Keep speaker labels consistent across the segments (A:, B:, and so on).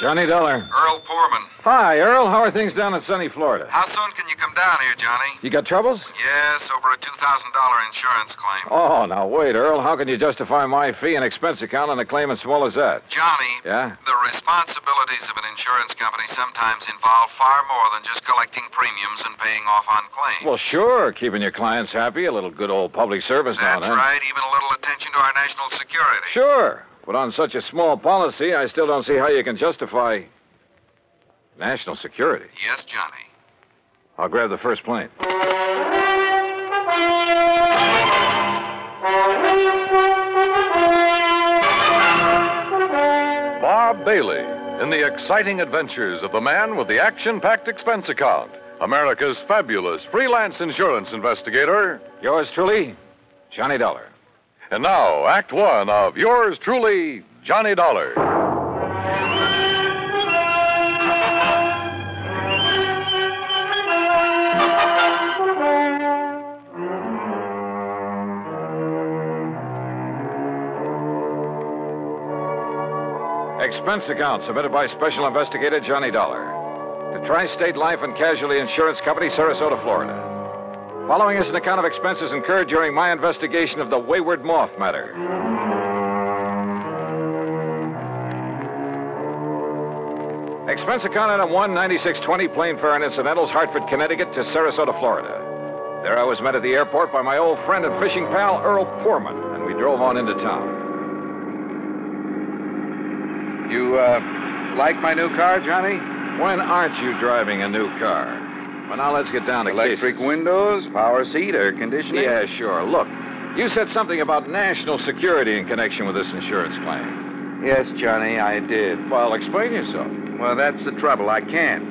A: Johnny Dollar.
B: Earl Foreman.
A: Hi, Earl. How are things down in sunny Florida?
B: How soon can you come down here, Johnny?
A: You got troubles?
B: Yes, over a $2,000 insurance claim.
A: Oh, now wait, Earl. How can you justify my fee and expense account on a claim as small as that?
B: Johnny,
A: Yeah?
B: the responsibilities of an insurance company sometimes involve far more than just collecting premiums and paying off on claims.
A: Well, sure. Keeping your clients happy, a little good old public service now and
B: That's
A: then.
B: right, even a little attention to our national security.
A: Sure. But on such a small policy, I still don't see how you can justify national security.
B: Yes, Johnny.
A: I'll grab the first plane. Bob Bailey in the exciting adventures of the man with the action packed expense account. America's fabulous freelance insurance investigator. Yours truly, Johnny Dollar. And now, Act One of Yours Truly, Johnny Dollar. Expense account submitted by Special Investigator Johnny Dollar to Tri State Life and Casualty Insurance Company, Sarasota, Florida. Following is an account of expenses incurred during my investigation of the Wayward Moth matter. Expense account item 19620, plane fare and incidentals, Hartford, Connecticut to Sarasota, Florida. There I was met at the airport by my old friend and fishing pal, Earl Poorman, and we drove on into town. You, uh, like my new car, Johnny? When aren't you driving a new car? Well, now let's get down to
C: Electric
A: cases.
C: windows, power seat, air conditioning.
A: Yeah, sure. Look, you said something about national security in connection with this insurance claim.
C: Yes, Johnny, I did.
A: Well, explain yourself.
C: Well, that's the trouble. I can't.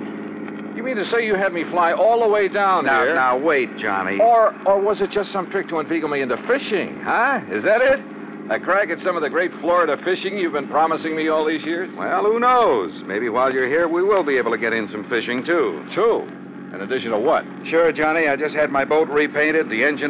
A: You mean to say you had me fly all the way down
C: Now,
A: here?
C: now, wait, Johnny.
A: Or, or was it just some trick to inveigle me into fishing? Huh? Is that it? A crack at some of the great Florida fishing you've been promising me all these years?
C: Well, who knows? Maybe while you're here, we will be able to get in some fishing, too.
A: two. In addition to what?
C: Sure, Johnny. I just had my boat repainted, the engine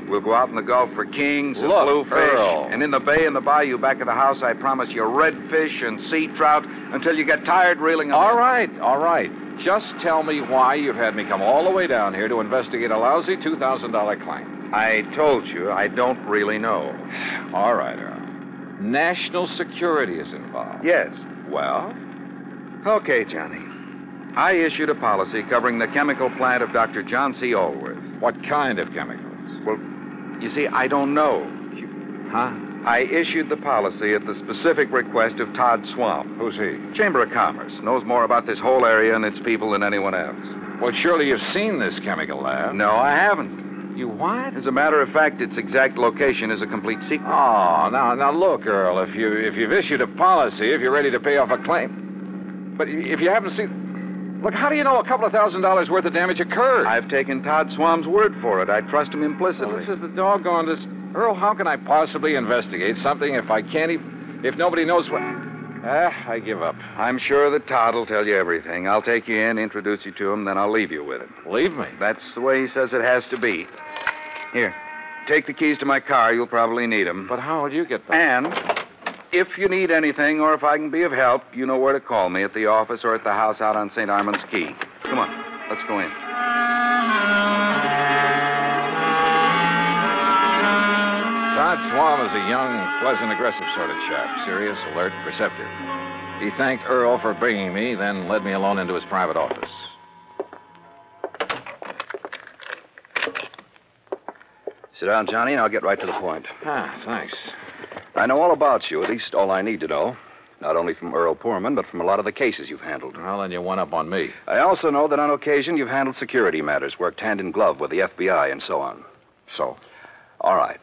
A: Earl.
C: We'll go out in the Gulf for kings and
A: Look,
C: bluefish.
A: Earl.
C: And in the bay and the bayou back of the house, I promise you redfish and sea trout until you get tired reeling them
A: All
C: in.
A: right, all right. Just tell me why you've had me come all the way down here to investigate a lousy $2,000 claim.
C: I told you, I don't really know.
A: All right, Earl. National security is involved.
C: Yes.
A: Well,
C: Okay, Johnny. I issued a policy covering the chemical plant of Dr. John C. Allworth.
A: what kind of chemicals?
C: Well, you see, I don't know.
A: Huh?
C: I issued the policy at the specific request of Todd Swamp.
A: Who's he?
C: Chamber of Commerce knows more about this whole area and its people than anyone else.
A: Well, surely you've seen this chemical lab.
C: No, I haven't.
A: You what?
C: As a matter of fact, its exact location is a complete secret.
A: Oh, now, now look, Earl. If you if you've issued a policy, if you're ready to pay off a claim, but i- if you haven't seen, look, how do you know a couple of thousand dollars worth of damage occurred?
C: I've taken Todd Swamp's word for it. I trust him implicitly.
A: Well, this is the doggone. This, Earl, how can I possibly investigate something if I can't even if nobody knows what? Ah, I give up.
C: I'm sure that Todd will tell you everything. I'll take you in, introduce you to him, then I'll leave you with him.
A: Leave me.
C: That's the way he says it has to be. Here, take the keys to my car. You'll probably need them.
A: But how will you get them?
C: And if you need anything or if I can be of help, you know where to call me at the office or at the house out on St. Armand's Key. Come on, let's go in.
A: Todd Swam is a young, pleasant, aggressive sort of chap, serious, alert, perceptive. He thanked Earl for bringing me, then led me alone into his private office.
C: Sit down, Johnny, and I'll get right to the point.
A: Ah, thanks.
C: I know all about you, at least all I need to know. Not only from Earl Poorman, but from a lot of the cases you've handled.
A: Well, then you won up on me.
C: I also know that on occasion you've handled security matters, worked hand in glove with the FBI, and so on.
A: So?
C: All right.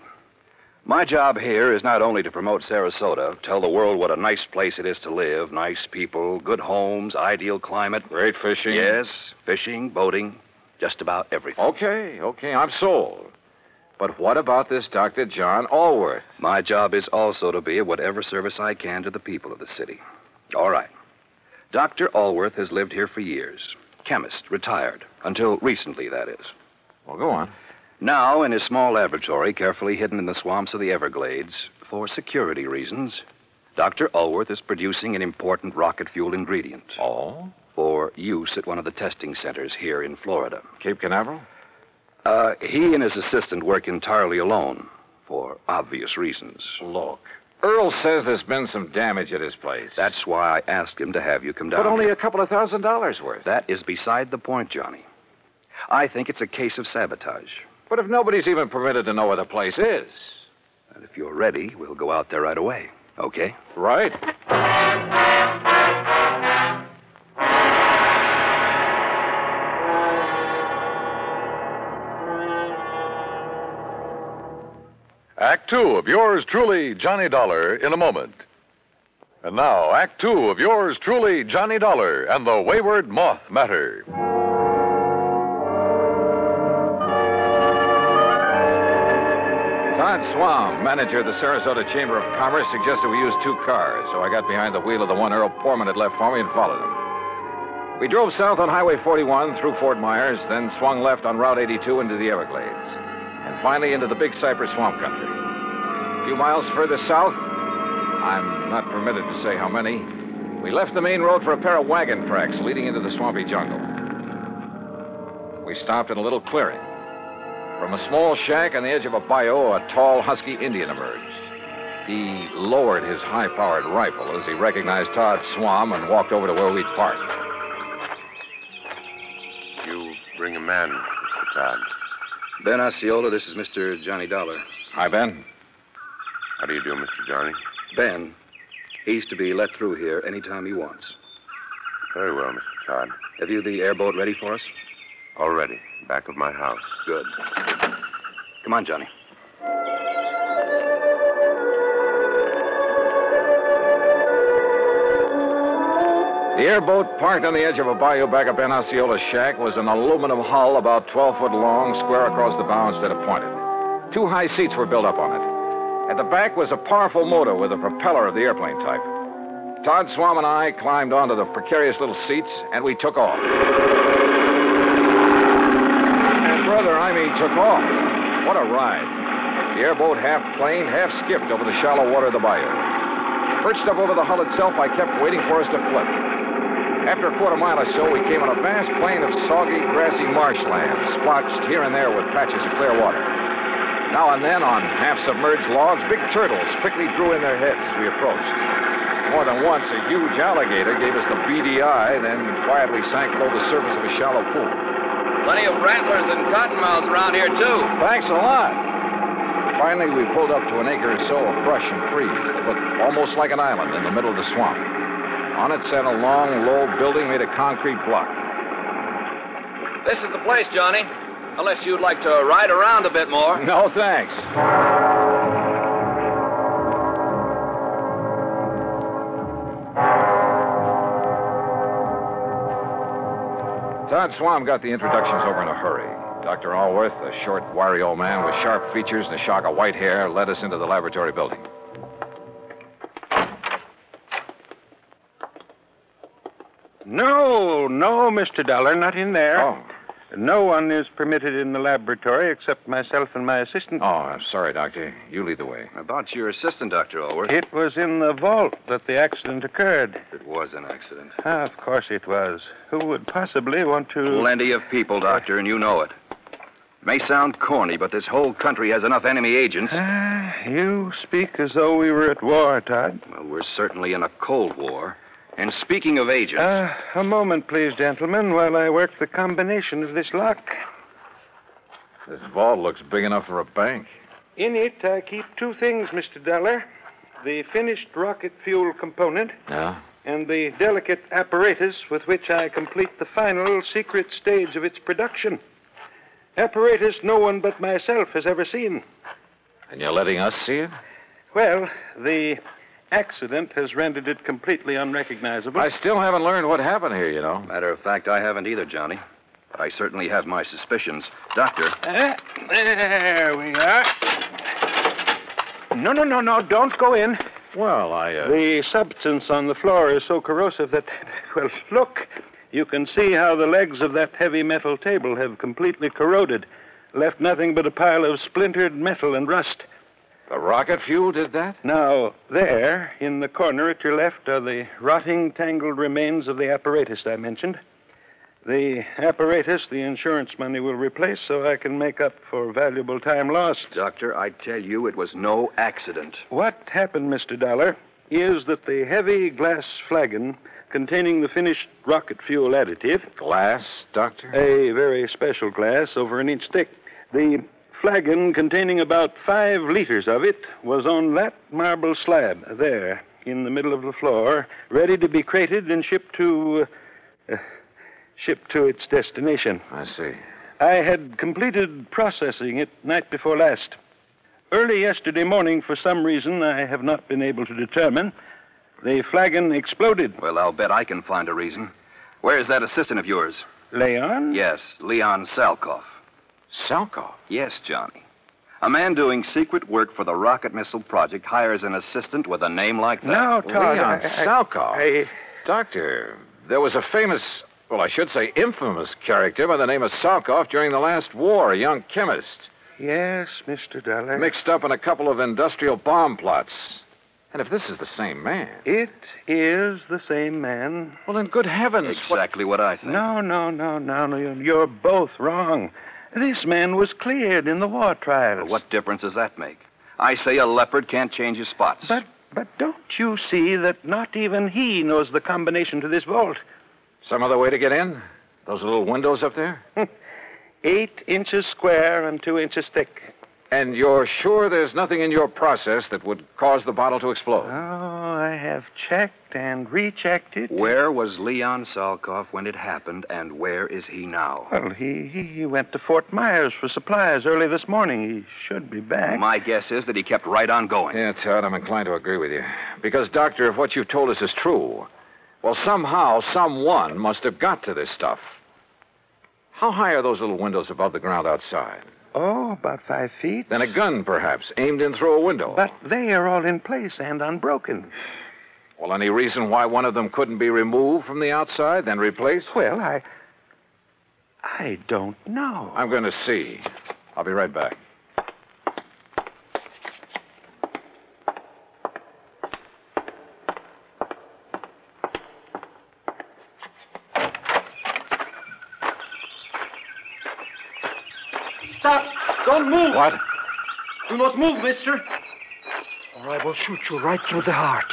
C: My job here is not only to promote Sarasota, tell the world what a nice place it is to live, nice people, good homes, ideal climate.
A: Great fishing.
C: Yes, fishing, boating.
D: Just about everything.
A: Okay, okay, I'm sold. But what about this Dr. John Allworth?
D: My job is also to be of whatever service I can to the people of the city. All right. Dr. Allworth has lived here for years. Chemist, retired. Until recently, that is.
A: Well, go on.
D: Now, in his small laboratory, carefully hidden in the swamps of the Everglades, for security reasons, Dr. Allworth is producing an important rocket fuel ingredient
A: Oh?
D: for use at one of the testing centers here in Florida.
A: Cape Canaveral?
D: Uh, he and his assistant work entirely alone, for obvious reasons.
A: Look, Earl says there's been some damage at his place.
D: That's why I asked him to have you come down.
A: But only
D: here.
A: a couple of thousand dollars worth.
D: That is beside the point, Johnny. I think it's a case of sabotage.
A: But if nobody's even permitted to know where the place is.
D: And if you're ready, we'll go out there right away. Okay?
A: Right. Act two of yours truly, Johnny Dollar, in a moment. And now, Act two of yours truly, Johnny Dollar and the Wayward Moth Matter. Todd Swam, manager of the Sarasota Chamber of Commerce, suggested we use two cars, so I got behind the wheel of the one Earl Foreman had left for me and followed him. We drove south on Highway 41 through Fort Myers, then swung left on Route 82 into the Everglades, and finally into the Big Cypress Swamp Country. A few miles further south, I'm not permitted to say how many, we left the main road for a pair of wagon tracks leading into the swampy jungle. We stopped in a little clearing. From a small shack on the edge of a bayou, a tall, husky Indian emerged. He lowered his high powered rifle as he recognized Todd Swam and walked over to where we'd parked.
E: You bring a man, Mr. Todd.
D: Ben Osceola, this is Mr. Johnny Dollar.
A: Hi, Ben.
E: How do you do, Mr. Johnny?
D: Ben, he's to be let through here anytime he wants.
E: Very well, Mr. Todd.
D: Have you the airboat ready for us?
E: Already, back of my house.
D: Good. Come on, Johnny.
A: The airboat parked on the edge of a bayou back of Ben Osceola's shack was an aluminum hull about 12 foot long, square across the bow instead of pointed. Two high seats were built up on it. At the back was a powerful motor with a propeller of the airplane type. Todd Swam and I climbed onto the precarious little seats, and we took off. And brother, I mean, took off. What a ride. The airboat half planed, half skipped over the shallow water of the bayou. Perched up over the hull itself, I kept waiting for us to flip. After a quarter mile or so, we came on a vast plain of soggy, grassy marshland, splotched here and there with patches of clear water. Now and then, on half submerged logs, big turtles quickly drew in their heads as we approached. More than once, a huge alligator gave us the beady eye, then quietly sank below the surface of a shallow pool.
C: Plenty of rattlers and cottonmouths around here, too.
A: Thanks a lot. Finally, we pulled up to an acre or so of brush and trees that looked almost like an island in the middle of the swamp. On it sat a long, low building made of concrete block.
C: This is the place, Johnny. Unless you'd like to ride around a bit more.
A: No, thanks. Todd Swam got the introductions over in a hurry. Dr. Allworth, a short, wiry old man with sharp features and a shock of white hair, led us into the laboratory building.
E: No, no, Mr. Dollar, not in there.
A: Oh,
E: No one is permitted in the laboratory except myself and my assistant.
A: oh, I'm sorry, Doctor. You lead the way.
D: About your assistant, Dr. Allworth.
E: It was in the vault that the accident occurred.
D: It was an accident.
E: Ah, of course it was. Who would possibly want to.
D: Plenty of people, Doctor, and you know it. May sound corny, but this whole country has enough enemy agents.
E: Ah, you speak as though we were at war, Todd.
D: Well, we're certainly in a Cold War. And speaking of agents,
E: Uh, a moment, please, gentlemen, while I work the combination of this lock.
A: This vault looks big enough for a bank.
E: In it, I keep two things, Mr. Dollar the finished rocket fuel component
A: Yeah?
E: and the delicate apparatus with which I complete the final secret stage of its production. Apparatus no one but myself has ever seen.
A: And you're letting us see it?
E: Well, the accident has rendered it completely unrecognizable.
A: I still haven't learned what happened here, you know.
D: matter of fact, I haven't either, Johnny. But I certainly have my suspicions. Doctor,
E: Ah, there we are. No, no, no, no. Don't go in.
F: Well, I. Uh...
E: The substance on the floor is so corrosive that, well, look, you can see how the legs of that heavy metal table have completely corroded, left nothing but a pile of splintered metal and rust.
C: The rocket fuel did that?
E: Now, there, in the corner at your left, are the rotting, tangled remains of the apparatus I mentioned. The apparatus the insurance money will replace so I can make up for valuable time lost.
D: Doctor, I tell you it was no accident.
E: What happened, Mr. Dollar, is that the heavy glass flagon containing the finished rocket fuel additive,
C: Glass, Doctor?
E: a very special glass over an inch thick, the flagon containing about five liters of it was on that marble slab there in the middle of the floor, ready to be crated and shipped to. Uh, shipped to its destination.
C: I see.
E: I had completed processing it night before last. Early yesterday morning, for some reason I have not been able to determine, the flagon exploded.
D: Well, I'll bet I can find a reason. Where is that assistant of yours?
E: Leon?
D: Yes, Leon Salkoff.
C: Salkoff.
D: Yes, Johnny. A man doing secret work for the rocket missile project hires an assistant with a name like that.
E: Now, oh, Todd.
C: Leon
E: I- I-
C: Salkoff.
E: I,
C: Doctor, there was a famous, well, I should say infamous character by the name of Salkoff during the last war, a young chemist,
E: yes, Mr. Dollar.
C: mixed up in a couple of industrial bomb plots. And if this is the same man,
E: It is the same man.
C: well, then good heavens. what-
D: Exactly what I think.
E: No, no, no, no, no. you- You're both wrong. This man was cleared in the war trials.
D: But what difference does that make? I say a leopard can't change his spots.
E: But, but don't you see that not even he knows the combination to this vault?
C: Some other way to get in? Those little windows up there?
E: Eight inches square and two inches thick.
C: And you're sure there's nothing in your process that would cause the bottle to explode?
E: Oh, I have checked and rechecked it.
D: Where was Leon Salkoff when it happened, and where is he now?
E: Well, he, he, he went to Fort Myers for supplies early this morning. He should be back.
D: My guess is that he kept right on going.
C: Yeah, Todd, I'm inclined to agree with you. Because, Doctor, if what you've told us is true, well, somehow, someone must have got to this stuff. How high are those little windows above the ground outside?
E: Oh, about five feet.
C: Then a gun, perhaps, aimed in through a window.
E: But they are all in place and unbroken.
C: Well, any reason why one of them couldn't be removed from the outside, then replaced?
E: Well, I. I don't know.
C: I'm going to see. I'll be right back.
G: Stop! Don't move!
C: What?
G: Do not move, mister!
F: Or I will shoot you right through the heart.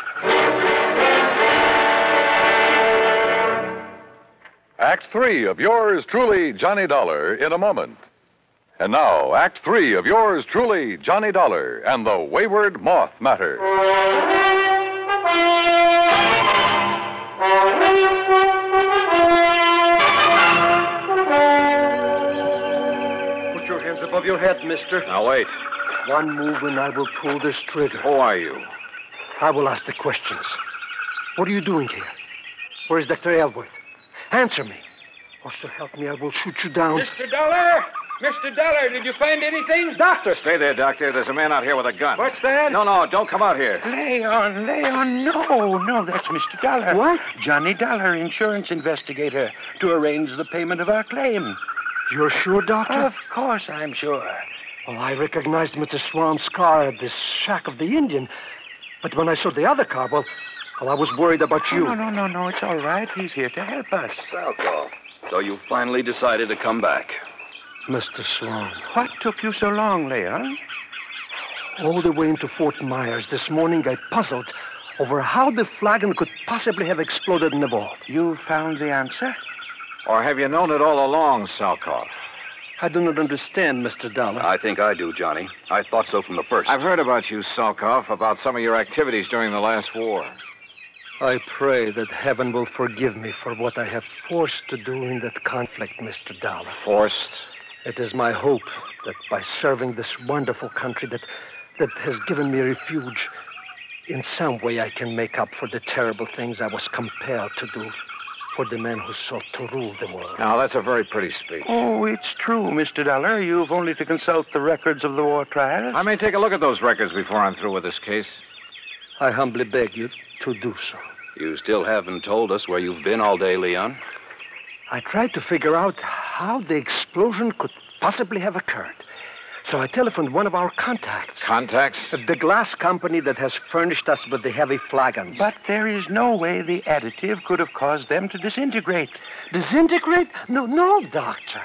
A: Act three of yours truly, Johnny Dollar, in a moment. And now, Act three of yours truly, Johnny Dollar and the Wayward Moth Matter.
F: Put your hands above your head, mister.
C: Now, wait.
F: One move and I will pull this trigger.
C: Who are you?
F: I will ask the questions. What are you doing here? Where is Dr. Elworth? Answer me. Or so help me, I will shoot you down.
G: Mr. Dollar! Mr. Dollar, did you find anything?
F: Doctor!
C: Stay there, Doctor. There's a man out here with a gun.
F: What's that?
C: No, no, don't come out here.
E: Leon, Leon, no, Oh, no, that's Mr. Dollar.
F: What?
E: Johnny Dollar, insurance investigator, to arrange the payment of our claim.
F: You're sure, Doctor?
E: Of course, I'm sure.
F: Well, I recognized him at the Swan's car at the shack of the Indian. But when I saw the other car, well, well I was worried about you.
E: No, no, no, no, it's all right. He's here to help us.
D: Salkoff. So you finally decided to come back.
F: Mr. Sloan,
E: What took you so long, Leon?
F: all the way into Fort Myers this morning, I puzzled over how the flagon could possibly have exploded in the vault.
E: You found the answer?
C: Or have you known it all along, Salkoff?
F: I do not understand, Mr. Dollar.
D: I think I do, Johnny. I thought so from the first.
C: I've heard about you, Salkoff, about some of your activities during the last war.
F: I pray that heaven will forgive me for what I have forced to do in that conflict, Mr. Dollar.
C: Forced.
F: It is my hope that by serving this wonderful country that, that has given me refuge, in some way I can make up for the terrible things I was compelled to do. for the man who sought to rule the world.
A: Now, that's a very pretty speech.
E: Oh, it's true, Mr. Dollar. You've only to consult the records of the war trials.
A: I may take a look at those records before I'm through with this case.
F: I humbly beg you to do so.
D: You still haven't told us where you've been all day, Leon.
F: I tried to figure out how the explosion could possibly have occurred. So I telephoned one of our contacts.
A: Contacts?
F: The glass company that has furnished us with the heavy flagons.
E: But there is no way the additive could have caused them to disintegrate.
F: disintegrate? No, no, doctor.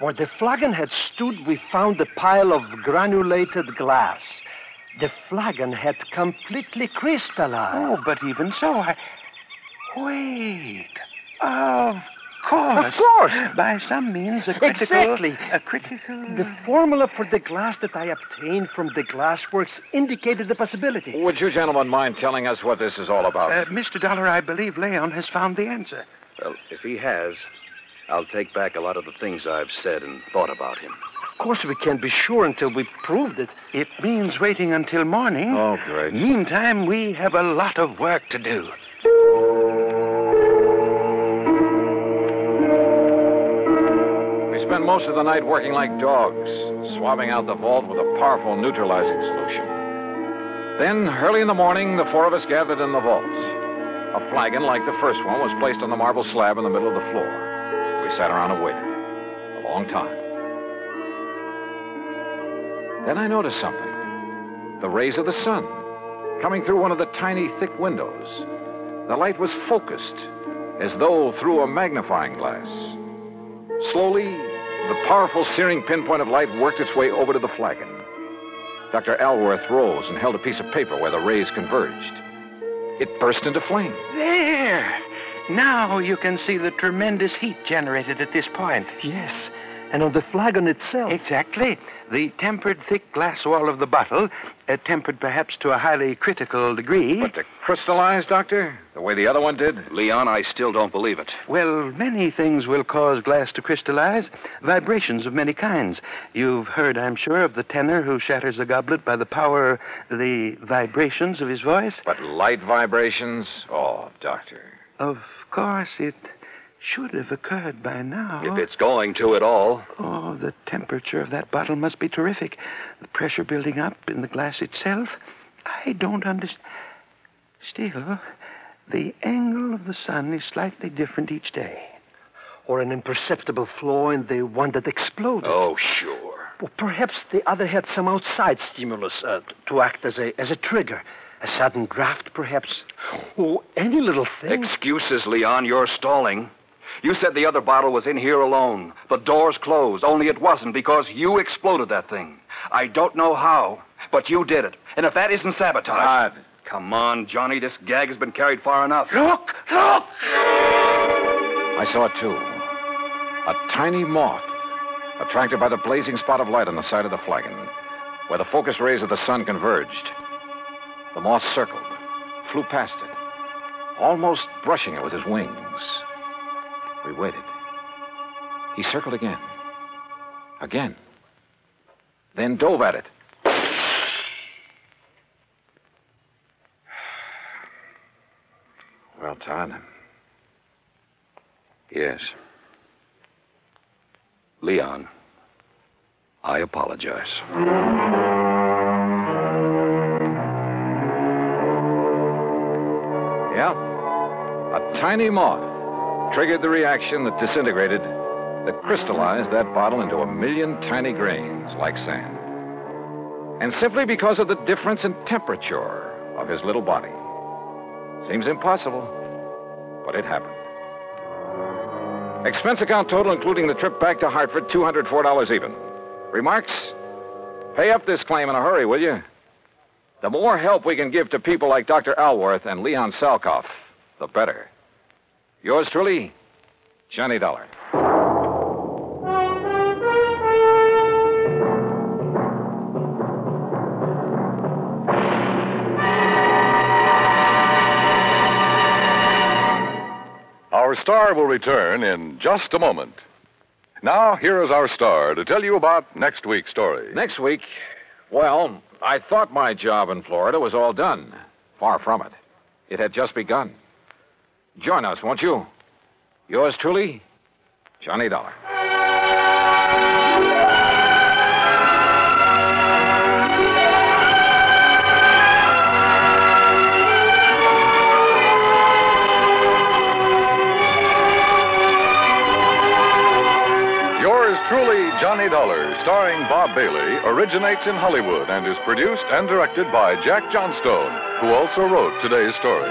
F: Where the flagon had stood, we found a pile of granulated glass. The flagon had completely crystallized.
E: Oh, but even so, I. Wait. Of course.
F: Of course.
E: By some means, a critical.
F: Exactly.
E: A critical.
F: The formula for the glass that I obtained from the glassworks indicated the possibility.
A: Would you gentlemen mind telling us what this is all about?
E: Uh, Mr. Dollar, I believe Leon has found the answer.
D: Well, if he has, I'll take back a lot of the things I've said and thought about him.
F: Of course, we can't be sure until we proved it.
E: It means waiting until morning.
A: Oh, great.
E: Meantime, we have a lot of work to do.
A: We spent most of the night working like dogs, swabbing out the vault with a powerful neutralizing solution. Then, early in the morning, the four of us gathered in the vault. A flagon, like the first one, was placed on the marble slab in the middle of the floor. We sat around and waited. A long time. Then I noticed something the rays of the sun coming through one of the tiny, thick windows. The light was focused, as though through a magnifying glass. Slowly, the powerful searing pinpoint of light worked its way over to the flagon. Dr. Alworth rose and held a piece of paper where the rays converged. It burst into flame.
E: There! Now you can see the tremendous heat generated at this point.
F: Yes, and on the flagon itself.
E: Exactly. The tempered thick glass wall of the bottle, uh, tempered perhaps to a highly critical degree.
A: But to crystallize, Doctor, the way the other one did,
D: Leon, I still don't believe it.
E: Well, many things will cause glass to crystallize. Vibrations of many kinds. You've heard, I'm sure, of the tenor who shatters a goblet by the power, the vibrations of his voice.
A: but light vibrations? Oh, Doctor.
E: Of course, it should have occurred by now.
D: If it's going to at all,
E: Oh, the temperature of that bottle must be terrific. The pressure building up in the glass itself. I don't understand. Still, the angle of the sun is slightly different each day.
F: Or an imperceptible flaw in the one that exploded.
D: oh, sure.
F: Or perhaps the other had some outside stimulus uh, t- to act as a, as a trigger. A sudden draft, perhaps. Or any little thing.
D: Excuses, Leon, you're stalling. You said the other bottle was in here alone. The door's closed, only it wasn't because you exploded that thing. I don't know how, but you did it. And if that isn't sabotage. Come on, Johnny, this gag has been carried far enough.
E: Look! Look!
A: I saw it too. A tiny moth, attracted by the blazing spot of light on the side of the flagon, where the focused rays of the sun converged. The moth circled, flew past it, almost brushing it with his wings. We waited. He circled again. Again. Then dove at it. Well, Todd,
D: Yes. Leon, I apologize.
A: Yeah. A tiny moth triggered the reaction that disintegrated, that crystallized that bottle into a million tiny grains like sand. And simply because of the difference in temperature of his little body. Seems impossible, but it happened. Expense account total, including the trip back to Hartford, $204 even. Remarks? Pay up this claim in a hurry, will you? The more help we can give to people like Dr. Alworth and Leon Salkoff, the better. Yours truly, Johnny Dollar.
H: Our star will return in just a moment. Now, here is our star to tell you about next week's story.
A: Next week, well, I thought my job in Florida was all done. Far from it. It had just begun. Join us, won't you?
C: Yours truly, Johnny Dollar.
A: Yours truly, Johnny Dollar, starring Bob Bailey, originates in Hollywood and is produced and directed by Jack Johnstone, who also wrote today's story.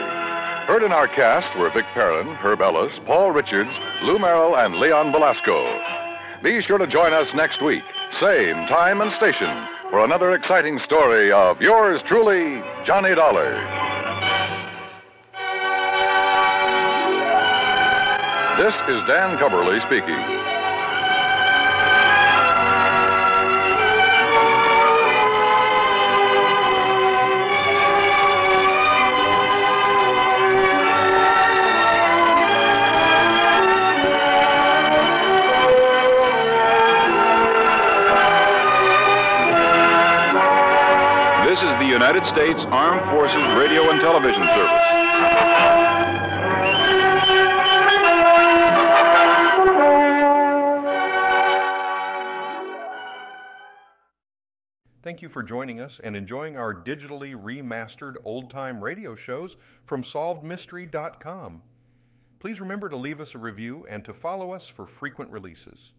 A: Heard in our cast were Vic Perrin, Herb Ellis, Paul Richards, Lou Merrill, and Leon Velasco. Be sure to join us next week, same time and station, for another exciting story of yours truly, Johnny Dollar. This is Dan Coverly speaking.
I: This is the United States Armed Forces Radio and Television Service.
J: Thank you for joining us and enjoying our digitally remastered old time radio shows from SolvedMystery.com. Please remember to leave us a review and to follow us for frequent releases.